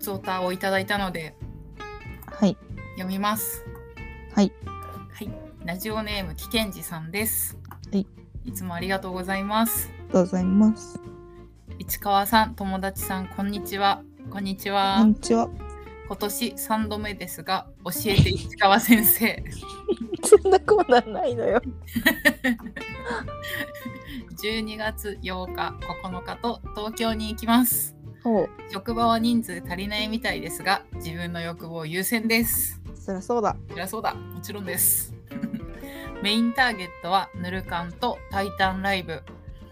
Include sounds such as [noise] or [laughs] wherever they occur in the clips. つおたをいただいたのではい。読みます。はい。はい。ラジオネーム危険児さんです。はい。いつもありがとうございます。ありがとうございます。市川さん、友達さん、こんにちは。こんにちは。こんにちは。今年3度目ですが、教えて市川先生。 [laughs] そんなコーナーないのよ。 12月8日、9日と東京に行きます。おう、職場は人数足りないみたいですが、自分の欲望優先です。そりゃそうだ。そりゃそうだ、もちろんです。 [laughs] メインターゲットはヌルカンとタイタンライブ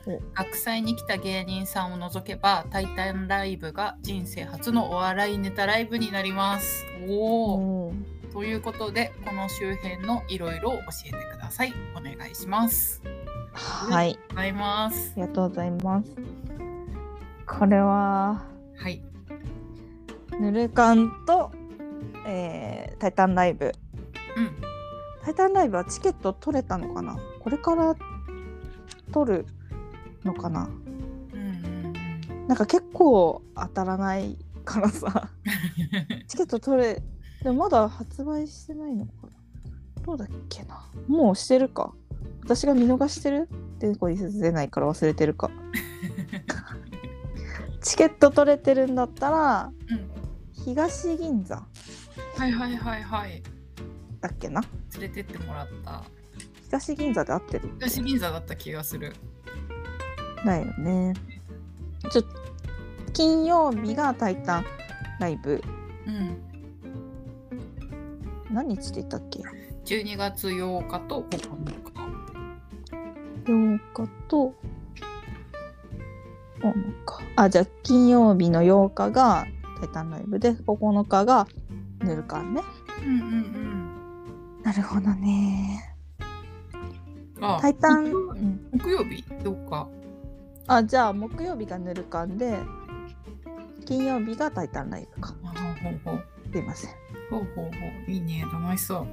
お。学祭に来た芸人さんを除けば、タイタンライブが人生初のお笑いネタライブになります。おお。うん。ということで、この周辺のいろいろを教えてください。お願いします。はい。ございますあ。りがとうございます。これは、はい。ぬるかんと、えー、タイタンライブ。うん。タイタンライブはチケット取れたのかなこれから取るのかなうんうん [laughs] なんか結構当たらないからさ。チケット取れでもまだ発売してないのかなどうだっけなもうしてるか私が見逃してるってこに説出ないから忘れて [laughs] るかチケット取れてるんだったらうん。うん。東銀座はいはいはいはい。だっけな連れてってもらった。東銀座で合ってる東銀座だった気がする。だよねちょ金曜日が「タイタンライブうん。」何日って言ったっけ12月8日と9日。 8日と9日あじゃあ金曜日の8日が「タイタンライブで」9日が「ヌルカンねうんうんなるほどねうん。あ「タイタン」木う曜ん、木曜日どうか。あじゃあ木曜日が「ヌルカンで金曜日が「タイタンライブかあほうほう。すいませんほうほうほう。いいね。楽しそ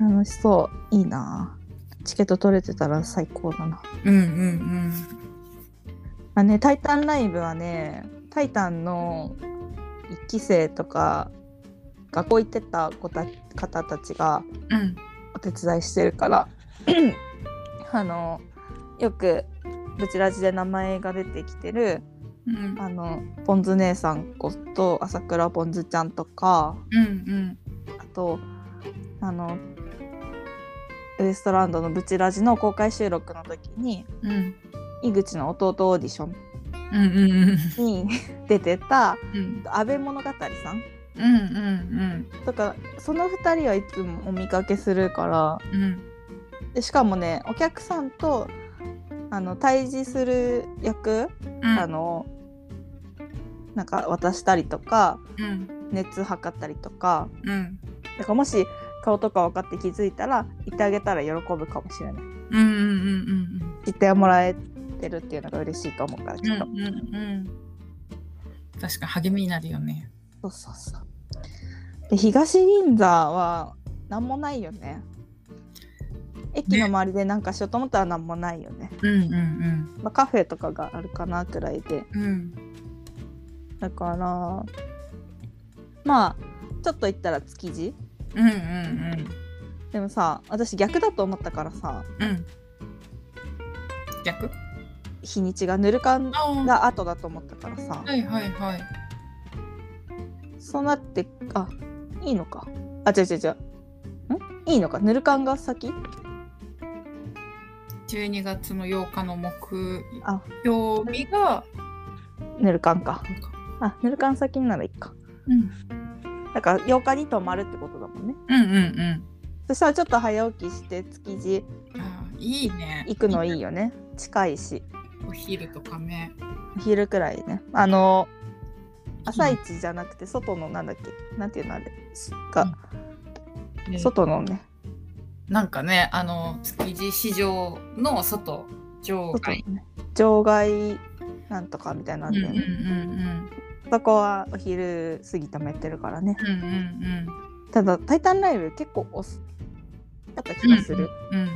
う。楽しそういいなチケット取れてたら最高だなうんうんあね「タイタンライブ」はね「タイタン」の1期生とか学校行ってた子た方たちがうん。うん。お手伝いしてるからあのよくブチラジで名前が出てきてるうんあのポン酢姉さんこと朝倉ポン酢ちゃんとかうんあとあのウエストランドのブチラジの公開収録の時にうんうん井口の弟オーディションうんうんうんに [laughs] 出てたうん安倍物語さんうんうんとかその2人はいつもお見かけするからうんうんでしかもねお客さんとあの対峙する役、うんあのなんか渡したりとかうん熱測ったりとかうんだからもし顔とか分かって気づいたら言ってあげたら喜ぶかもしれないうんうんうん言ってもらえてるっていうのが嬉しいと思うからうんちょっと、うんうんうん確かに励みになるよねそうそうそうで東銀座は何もないよね駅の周りでなんかしようと思ったら何もないよね、うんうんまあ、カフェとかがあるかなくらいでうんうんだからまあちょっと行ったら築地うんうんでもさ私逆だと思ったからさうんうん逆日にちがぬる感あーが後だと思ったからさはいはいはいそうなってあいいのかあ違う違う違うんいいのかぬる感が先12月の8日の木あ曜日がぬる感かあぬる感先ならいいかうんだから8日に泊まるってことだもんねうんうんうんそしたらちょっと早起きして築地あーいいね行くのいいよね近いしお昼とかねお昼くらいねあの朝一じゃなくて外のなんだっけなんていうのあれが、ね外のねなんかね、あの築地市場の外、場外の外。ね場外なんとかみたいなのあうんうんるようね、んそこはお昼過ぎためてるからねうんうんうんただ「タイタンライブ」結構遅かった気うん。がする、。うん。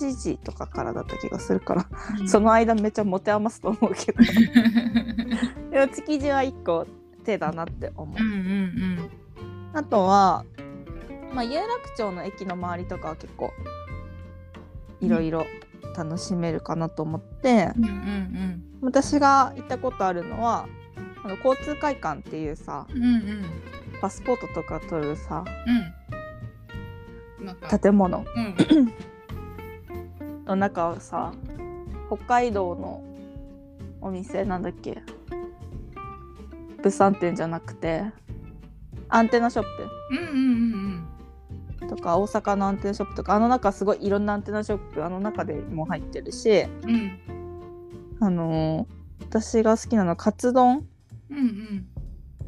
7時とかからだった気がするから、うんそ。の間めっちゃ持て余すと思うけどでも築地は1個手だなって思う [laughs] うんうんあとは、まあ、有楽町の駅の周りとかは結構いろいろ楽しめるかなと思って、うんうんうん私が行ったことあるのはあの交通会館っていうさうんうんうんパスポートとか取るさうんなんか建物うんの中をさ北海道のお店なんだっけ物産展じゃなくてアンテナショップうんうんうんとか大阪のアンテナショップとかあの中すごいいろんなアンテナショップあの中でも入ってるしうんうんあのー私が好きなのはカツ丼うんうん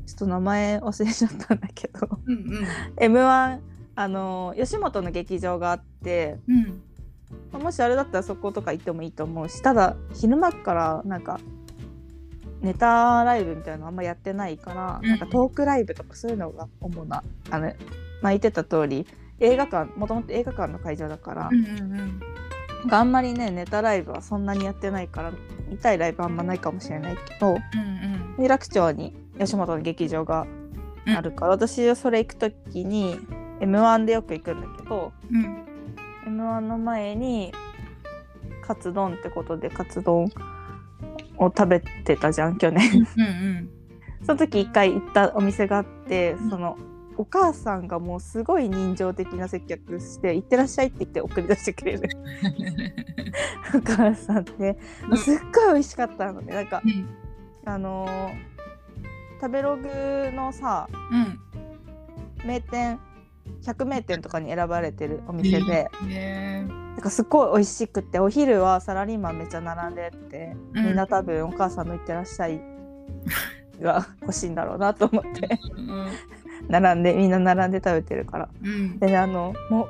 ちょっと名前忘れちゃったんだけど [laughs] うんうん m 1あのー吉本の劇場があってうんもしあれだったらそことか行ってもいいと思うしただ昼間からなんかネタライブみたいなのあんまやってないから、うんなんかトークライブとかそういうのが主なあの、まあ、言ってた通り映画館もともと映画館の会場だからう、んうんうんなんかあんまりねネタライブはそんなにやってないから見たいライブあんまないかもしれないけうどん有楽町に吉本の劇場があるから、私はそれ行く時に m 1でよく行くんだけどうんうん m 1の前にカツ丼ってことでカツ丼を食べてたじゃん去年 [laughs] うんその時一回行ったお店があってそのお母さんがもうすごい人情的な接客して「行ってらっしゃい」って言って送り出してくれる [laughs] お母さんでうんすっごい美味しかったのでなんかうんあのー食べログのさうん名店100名店とかに選ばれてるお店で、ねなんかすっごい美味しくってお昼はサラリーマンめっちゃ並んでって、うんみんな多分お母さんの「行ってらっしゃい」が [laughs] 欲しいんだろうなと思ってうん並んでみんな並んで食べてるからうんでねあのもう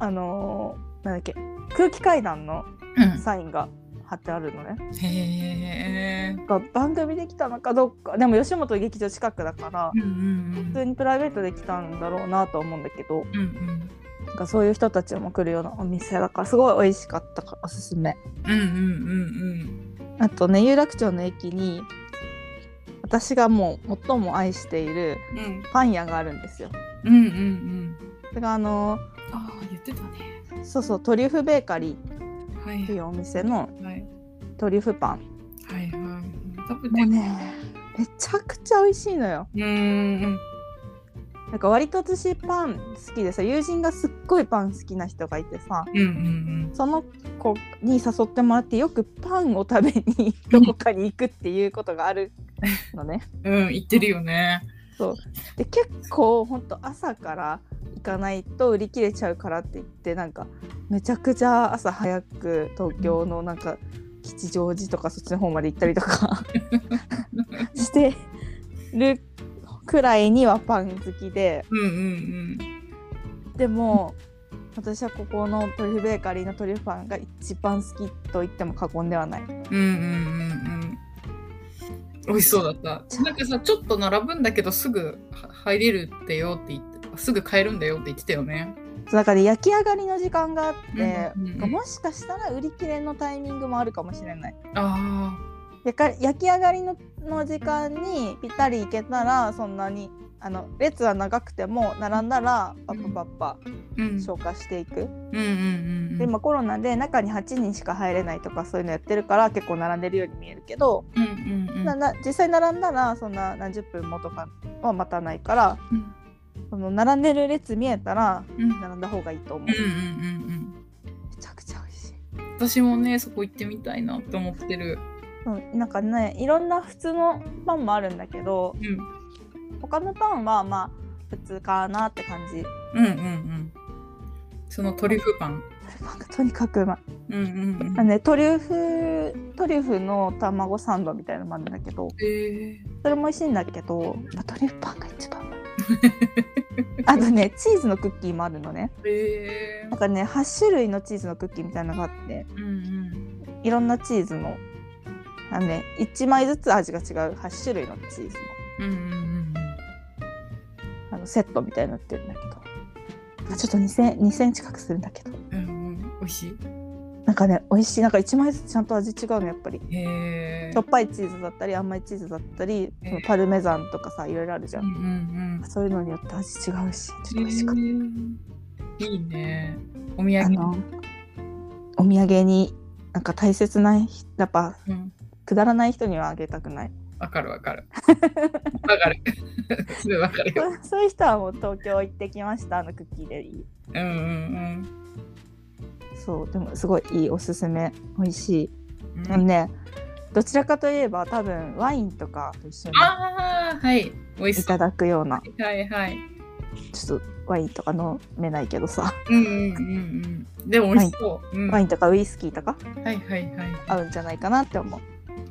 あのーなんだっけ空気階段のうんサインが貼ってあるのね、へえなんか番組できたのかどうかでも吉本劇場近くだからうんうん普通にプライベートで来たんだろうなと思うんだけどうんうんなんかそういう人たちも来るようなお店だからすごい美味しかったからおすすめうんうんあとね有楽町の駅に私がもう最も愛しているうんうんパン屋があるんですようんうんうんそれがあのああ言ってたねそうそうトリュフベーカリーはいっていうお店のはいトリュフパンはいはい食べもてうねめちゃくちゃ美味しいのようんうんなんか割と私パン好きでさ友人がすっごいパン好きな人がいてさうんうんその子に誘ってもらってよくパンを食べに [laughs] どこかに行くっていうことがあるのね。うんうん言ってるよねで結構ほんと朝から行かないと売り切れちゃうからって言ってなんかめちゃくちゃ朝早く東京のなんか吉祥寺とかそっちの方まで行ったりと [laughs] かしてるくらいにはパン好きでうんうんでも私はここのトリュフベーカリーのトリュフパンが一番好きと言っても過言ではない。うんうんうんうんうん美味しそうだったなんかさちょっと並ぶんだけどすぐは入れるってよって言ってすぐ買えるんだよって言ってたよねだから焼き上がりの時間があって、うんうんうんもしかしたら売り切れのタイミングもあるかもしれないあやか焼き上がりのの時間にぴったり行けたらそんなにあの列は長くても並んだらパッパパッパあうん消化していく、うんうんうんうんで今コロナで中に8人しか入れないとかそういうのやってるから結構並んでるように見えるけど、うんうんうんなな実際並んだらそんな何十分もとかは待たないからうんその並んでる列見えたらうん並んだ方がいいと思う、うんうんめうんうんちゃくちゃ美味しい。私もねそこ行ってみたいなって思ってるうん、なんかねいろんな普通のパンもあるんだけどうん他のパンはまあ普通かなって感じうんうんうんそのトリュフパンパンがとにかくうまいうんうんあの、ね、トリュフトリュフの卵サンドみたいなのもあるんだけどえそれも美味しいんだけどやっぱトリュフパンが一番うまいあとねチーズのクッキーもあるのねー、えなんかね8種類のチーズのクッキーみたいなのがあってー、うんいろんなチーズのあのね1枚ずつ味が違う8種類のチーズのうんうんうんあのセットみたいになってるんだけどあちょっと2000 2000近くするんだけどうんうんうん美味しいなんかね美味しいなんか1枚ずつちゃんと味違うのやっぱりへえしょっぱいチーズだったり甘いチーズだったりえーそのパルメザンとかさいろいろあるじゃうんん、うんそういうのによって味違うしちょっとう美ん味しかっへえいいねお土た、あ産のお土産になんか大切な人やっぱうんくだらない人にはあげたくないわかるわかるわかる [laughs] すごいわかるよ [laughs] そういう人はもう東京行ってきましたあのクッキーでいいうんうんそうでもすごいいいおすすめ美味しい、うんあのねどちらかといえば多分ワインとかと一緒にああはい美味しいそうただくようなはいはいちょっとワインとか飲めないけどさ、うんうんうんうんでも美味しそう、うん、ワインとかウイスキーとかはいはいはい合うんじゃないかなって思う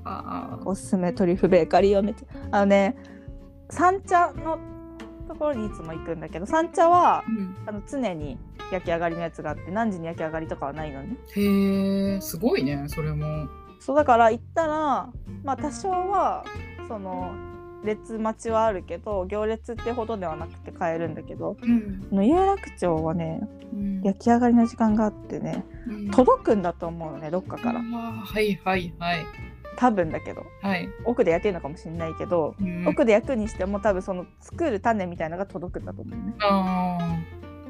あおすすめトリュフベーカリーをめっちゃあのね三茶のところにいつも行くんだけど三茶はー、うんあの常に焼き上がりのやつがあって何時に焼き上がりとかはないのねへえすごいねそれもそうだから行ったらまあ多少はその列待ちはあるけど行列ってほどではなくて買えるんだけどうんあの有楽町はねうん焼き上がりの時間があってねうん届くんだと思うのねどっかからあーはいはいはい多分だけどはい、奥で焼けるのかもしれないけどうん奥で焼くにしても多分その作る種みたいなのが届くんだと思うねあ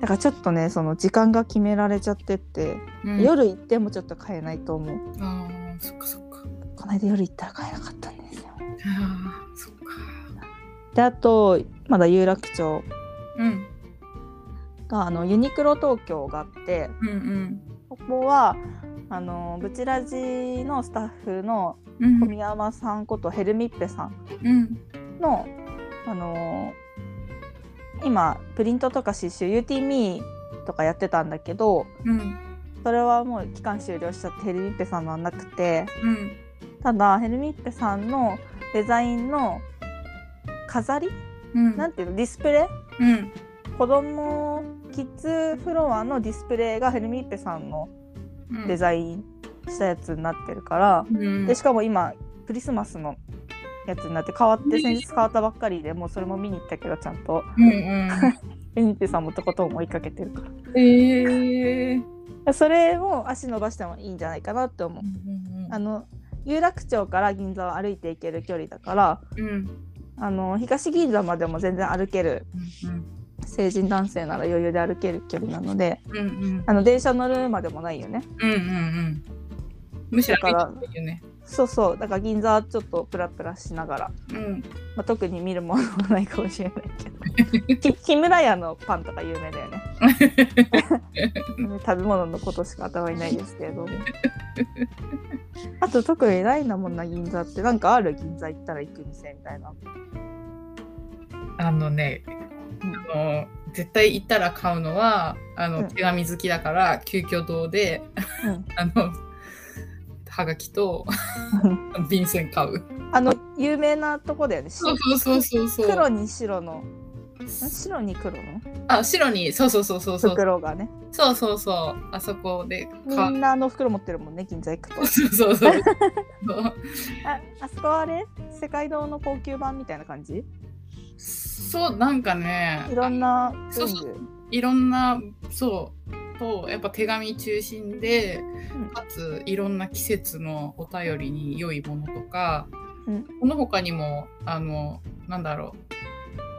だからちょっとねその時間が決められちゃってって、ー、うん、夜行ってもちょっと買えないと思うあーそっかそっかこの間夜行ったら買えなかったんですよあーそっかであとまだ有楽町うんがあのユニクロ東京があってうんうんここはあのブチラジのスタッフのうん小宮山さんことヘルミッペさんうんの、あのー今プリントとか刺繍 UTME とかやってたんだけどうんそれはもう期間終了しちゃってヘルミッペさんのはなくてうんただヘルミッペさんのデザインの飾りうんなんていうのディスプレイうん子供キッズフロアのディスプレイがヘルミッペさんのうんデザインしたやつになってるから、うんでしかも今クリスマスのやつになって変わって先日変わったばっかりでもうそれも見に行ったけどちゃんと。うんうんユニットさんもとことん追いかけてるかえーらそれを足伸ばしてもいいんじゃないかなって思うあのの有楽町から銀座を歩いて行ける距離だからうんあの東銀座までも全然歩けるうん成人男性なら余裕で歩ける距離なのでうんうんあの電車乗るまでもないよねうんうんうんむしろ歩いた方がいいよねそうそうだから銀座ちょっとプラプラしながら、うんまあ、特に見るものはないかもしれない [laughs] けどき木村屋のパンとか有名だよね食べ物のことしか頭にないですけれどもあと特にないなもんな銀座ってなんかある銀座行ったら行く店みたいなあのね、うんあの絶対行ったら買うのはあの、うん手紙好きだから急遽堂で、うん [laughs] あのはがきと便箋買う。あの有名なとこだよねしそうそうそうそうそ黒う。に白のん白に黒のあ白にそうそうそうそうそう袋がねそうそうそうあそこでみ買んう。なあの袋持ってるもんね銀座行くとそうそうそうそう。ああそこはあれ世界堂の高級版みたいな感じそうなんかねいろんなそう文そ具いろんなそうとやっぱ手紙中心で、うんかついろんな季節のお便りに良いものとか、うんこの他にもあのなんだろ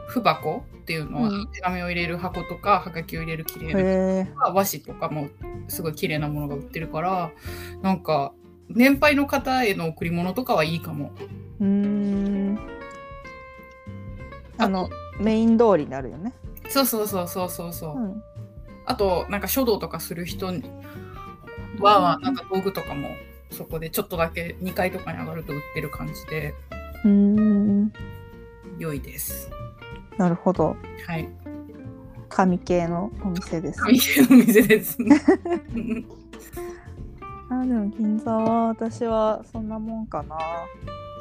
う符箱っていうのは、うん手紙を入れる箱とかはがきを入れる綺麗なへえとか和紙とかもすごい綺麗なものが売ってるからなんか年配の方への贈り物とかはいいかも。うーんあのメイン通りになるよねそうそうそうそうそうそう。うんあとなんか書道とかする人にはうんなんか道具とかもそこでちょっとだけ2階とかに上がると売ってる感じでうーん良いです。なるほどはい。紙系のお店です紙系の店 [laughs] です。うんあでも銀座は私はそんなもんかな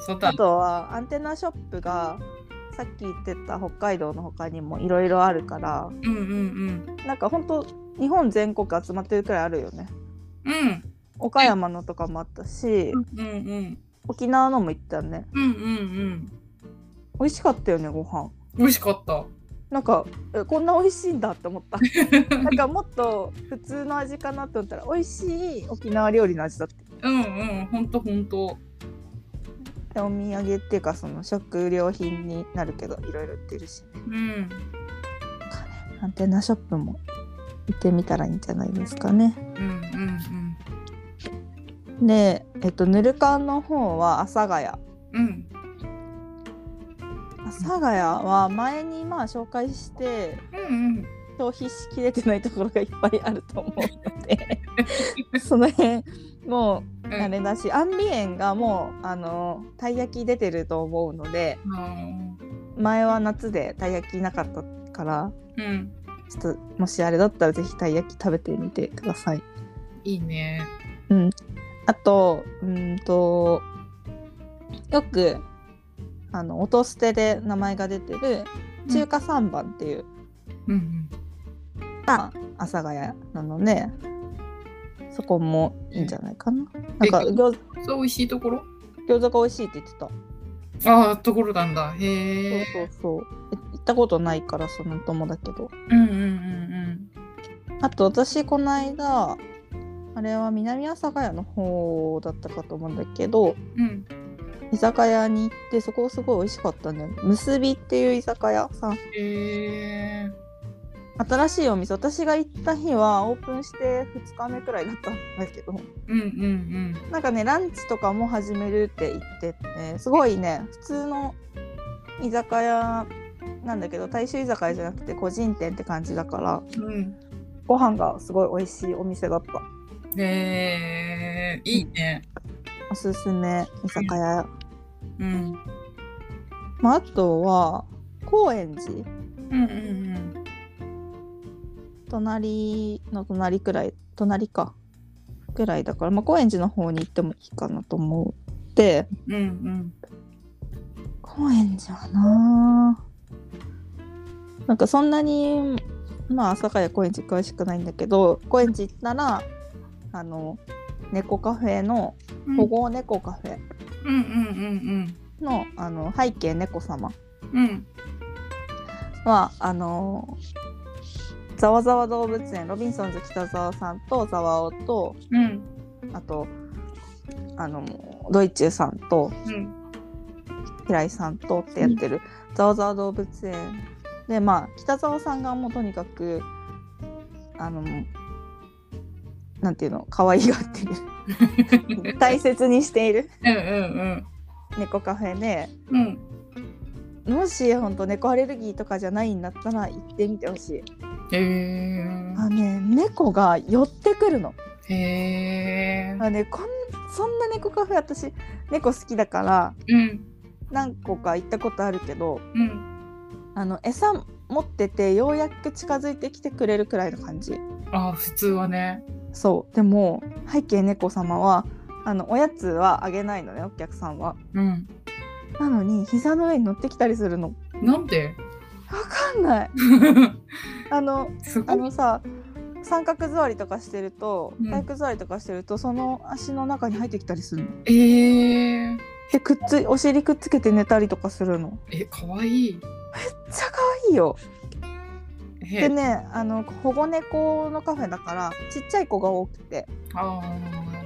そうだあ。とはアンテナショップがさっき言ってた北海道の他にもいろいろあるからうんうんうん。なんかほんと日本全国集まってるくらいあるよねうん岡山のとかもあったしうんうん沖縄のも行ったよねうんうんうん。美味しかったよねご飯美味しかった。なんかえこんな美味しいんだって思ったなんかもっと普通の味かなって思ったら美味しい沖縄料理の味だってうんうんほんとほんとでお土産っていうかその食料品になるけどいろいろ売ってるしうんなんかねアンテナショップも行ってみたらいいんじゃないですかねうんうんでえっとぬるかんの方は阿佐ヶ谷阿うんうん佐ヶ谷は前にまあ紹介してうんうん消費しきれてないところがいっぱいあると思うのでその辺もうあれだし、アンビエンがもうあのたい焼き出てると思うのであ前は夏でたい焼きなかったからーうんちょっともしあれだったらぜひたい焼き食べてみてください。いいねあとうーんとよくあの音捨てで名前が出てる中華三番っていううんが阿佐ヶ谷なのでそこもいいんじゃないかな。なんかえ餃うんそう美味しいところ餃子が美味しいって言ってた。ああところなんだへえそうそうそう。え行ったことないからその友だけど。うんうんうんあと私この間あれは南阿佐ヶ谷の方だったかと思うんだけどうんうん居酒屋に行ってそこすごい美味しかったんだよね。結びっていう居酒屋さんへえ新しいお店私が行った日はオープンして2日目くらいだったんだけどうんうんなんかねランチとかも始めるって言っててすごいね普通の居酒屋なんだけど大衆居酒屋じゃなくて個人店って感じだからうんうんご飯がすごい美味しいお店だったへえいいねおすすめ居酒屋、うんまあ、あとは高円寺うんうん隣の隣くらい隣かくらいだから、まあ、高円寺の方に行ってもいいかなと思ってうんうん高円寺はなあなんかそんなにまあ阿佐ヶ谷高円寺詳しくないんだけど高円寺行ったらあの猫カフェのうん保護猫カフェうんうんうんの,、あの背景猫様うんうんはあのざわざわ動物園ロビンソンズ北沢さんとざわおとうんあとあのドイチューさんとうん平井さんとってやってるざわざわ動物園でまあ北沢さんがもうとにかくあのなんていうの可愛がってる大切にしているうんうん猫カフェでうんうんもし本当猫アレルギーとかじゃないんだったら行ってみてほしいへあのね猫が寄ってくるのえへえあのねこんそんな猫カフェ私猫好きだからうん何個か行ったことあるけどうんあの餌持っててようやく近づいてきてくれるくらいの感じあー普通はねそうでも背景猫様はあのおやつはあげないのねお客さんはうんなのに膝の上に乗ってきたりするのわなんで [laughs] かんないあのすごあいのさ三角座りとかしてるとうん体育座りとかしてると、その足の中に入ってきたりするのえー、でくっついお尻くっつけて寝たりとかするのめっえかわいいちゃ可愛いよへでねあの保護猫のカフェだからちっちゃい子が多くてあ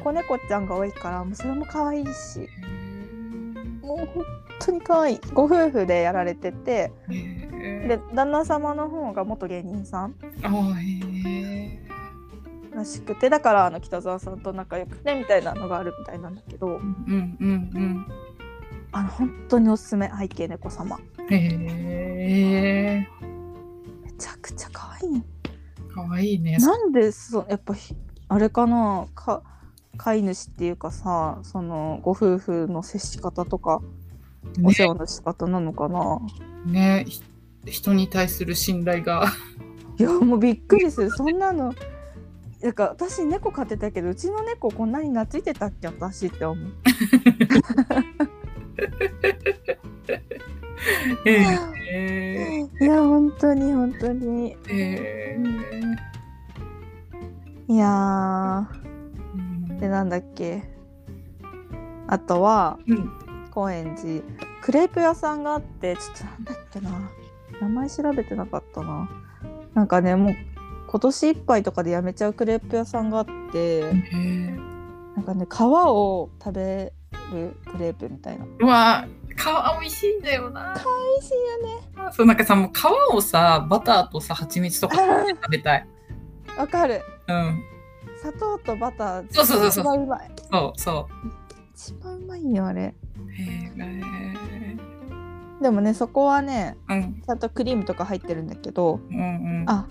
子猫ちゃんが多いからもうそれも可愛いしーもう本当に可愛いご夫婦でやられててへえで旦那様の方が元芸人さんあーへえらしくてだからあの北沢さんと仲良くてみたいなのがあるみたいなんだけどうんうんあの本当におすすめ背景猫様うんへえめちゃくちゃ可愛いかわいいねなんでそうやっぱひあれかなか飼い主っていうかさそのご夫婦の接し方とかお世話の仕方なのかな、ねひ人に対する信頼がいやもうびっくりするそんなのなんか私猫飼ってたけどうちの猫こんなに懐いてたっけ私って思うへいえや本当に本当にへえいやーでなんだっけあとはうん高円寺クレープ屋さんがあってちょっとなんだっけな名前調べてなかったななんかねもう今年いっぱいとかでやめちゃうクレープ屋さんがあってへえ。なんかね皮を食べるクレープみたいなうわー、皮美味しいんだよな。美味しいよねそうなんかさもう皮をさバターとさ蜂蜜と [laughs] か食べたい。わかるうん。砂糖とバターそうそうそうそう一番うまいそうそ一番うまいよあれう。へえ。でもねそこはねうんちゃんとクリームとか入ってるんだけどうんうん。あ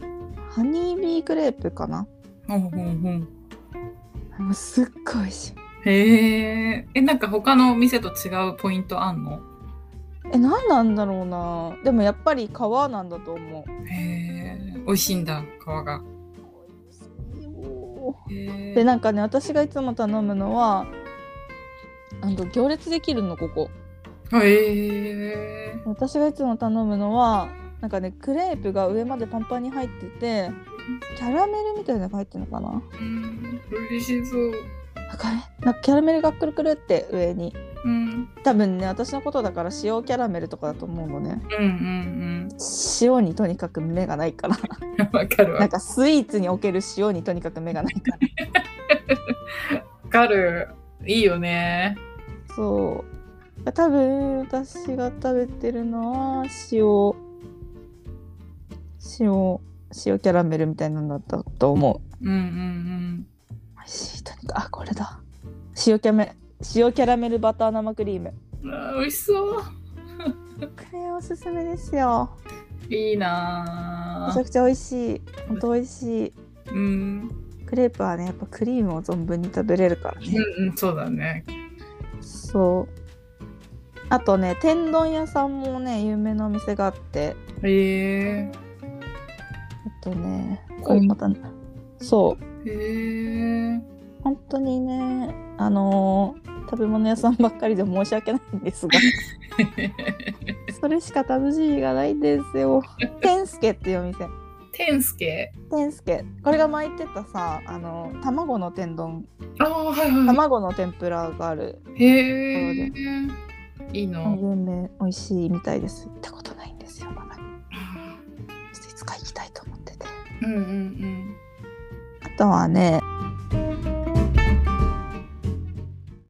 ハニービークレープかなうんうんうん。もうすっごい美味しいへえ。えなんか他のお店と違うポイントあんの？え何なんだろうなでもやっぱり皮なんだと思うへえ。美味しいんだ皮が。へえ。でなんかね私がいつも頼むのはあの行列できるのここへえ。私がいつも頼むのはなんかねクレープが上までパンパンに入っててキャラメルみたいなのが入ってるのかなうん嬉しそう。なんかねなんかキャラメルがくるくるって上にうん多分ね私のことだから塩キャラメルとかだと思うのねうんうん塩にとにかく目がないからうん。 [laughs] わかるなんわかスイーツにおける塩にとにかく目がないかからる。いいよね。そう多分私が食べてるのは塩塩塩キャラメルみたいなんだったと思ううんうん美味しいとにかくあこれだ塩キャメ塩キャラメルバター生クリームうん。あー美味しそう。これおすすめですよいいなめちあゃくちゃ美味しいほんと美味しいうん、クレープはねやっぱクリームを存分に食べれるからねうんうん、そうだね。そうあとね天丼屋さんもね有名なお店があってへええっとね、ここうれまた、そう、へえ本当にね、あのー食べ物屋さんばっかりで申し訳ないんですが、それしか楽しみがないんですよ。天助っていうお店。天助。天助。これが巻いてたさ、あのー卵の天丼、ああ、はいは卵の天ぷらがある、い。へえ。いいの。有名、美味しいみたいです。行ったことないんですよ、まだ。ちょあっといつか行きたいと思ってて。ーうんうんあとはね、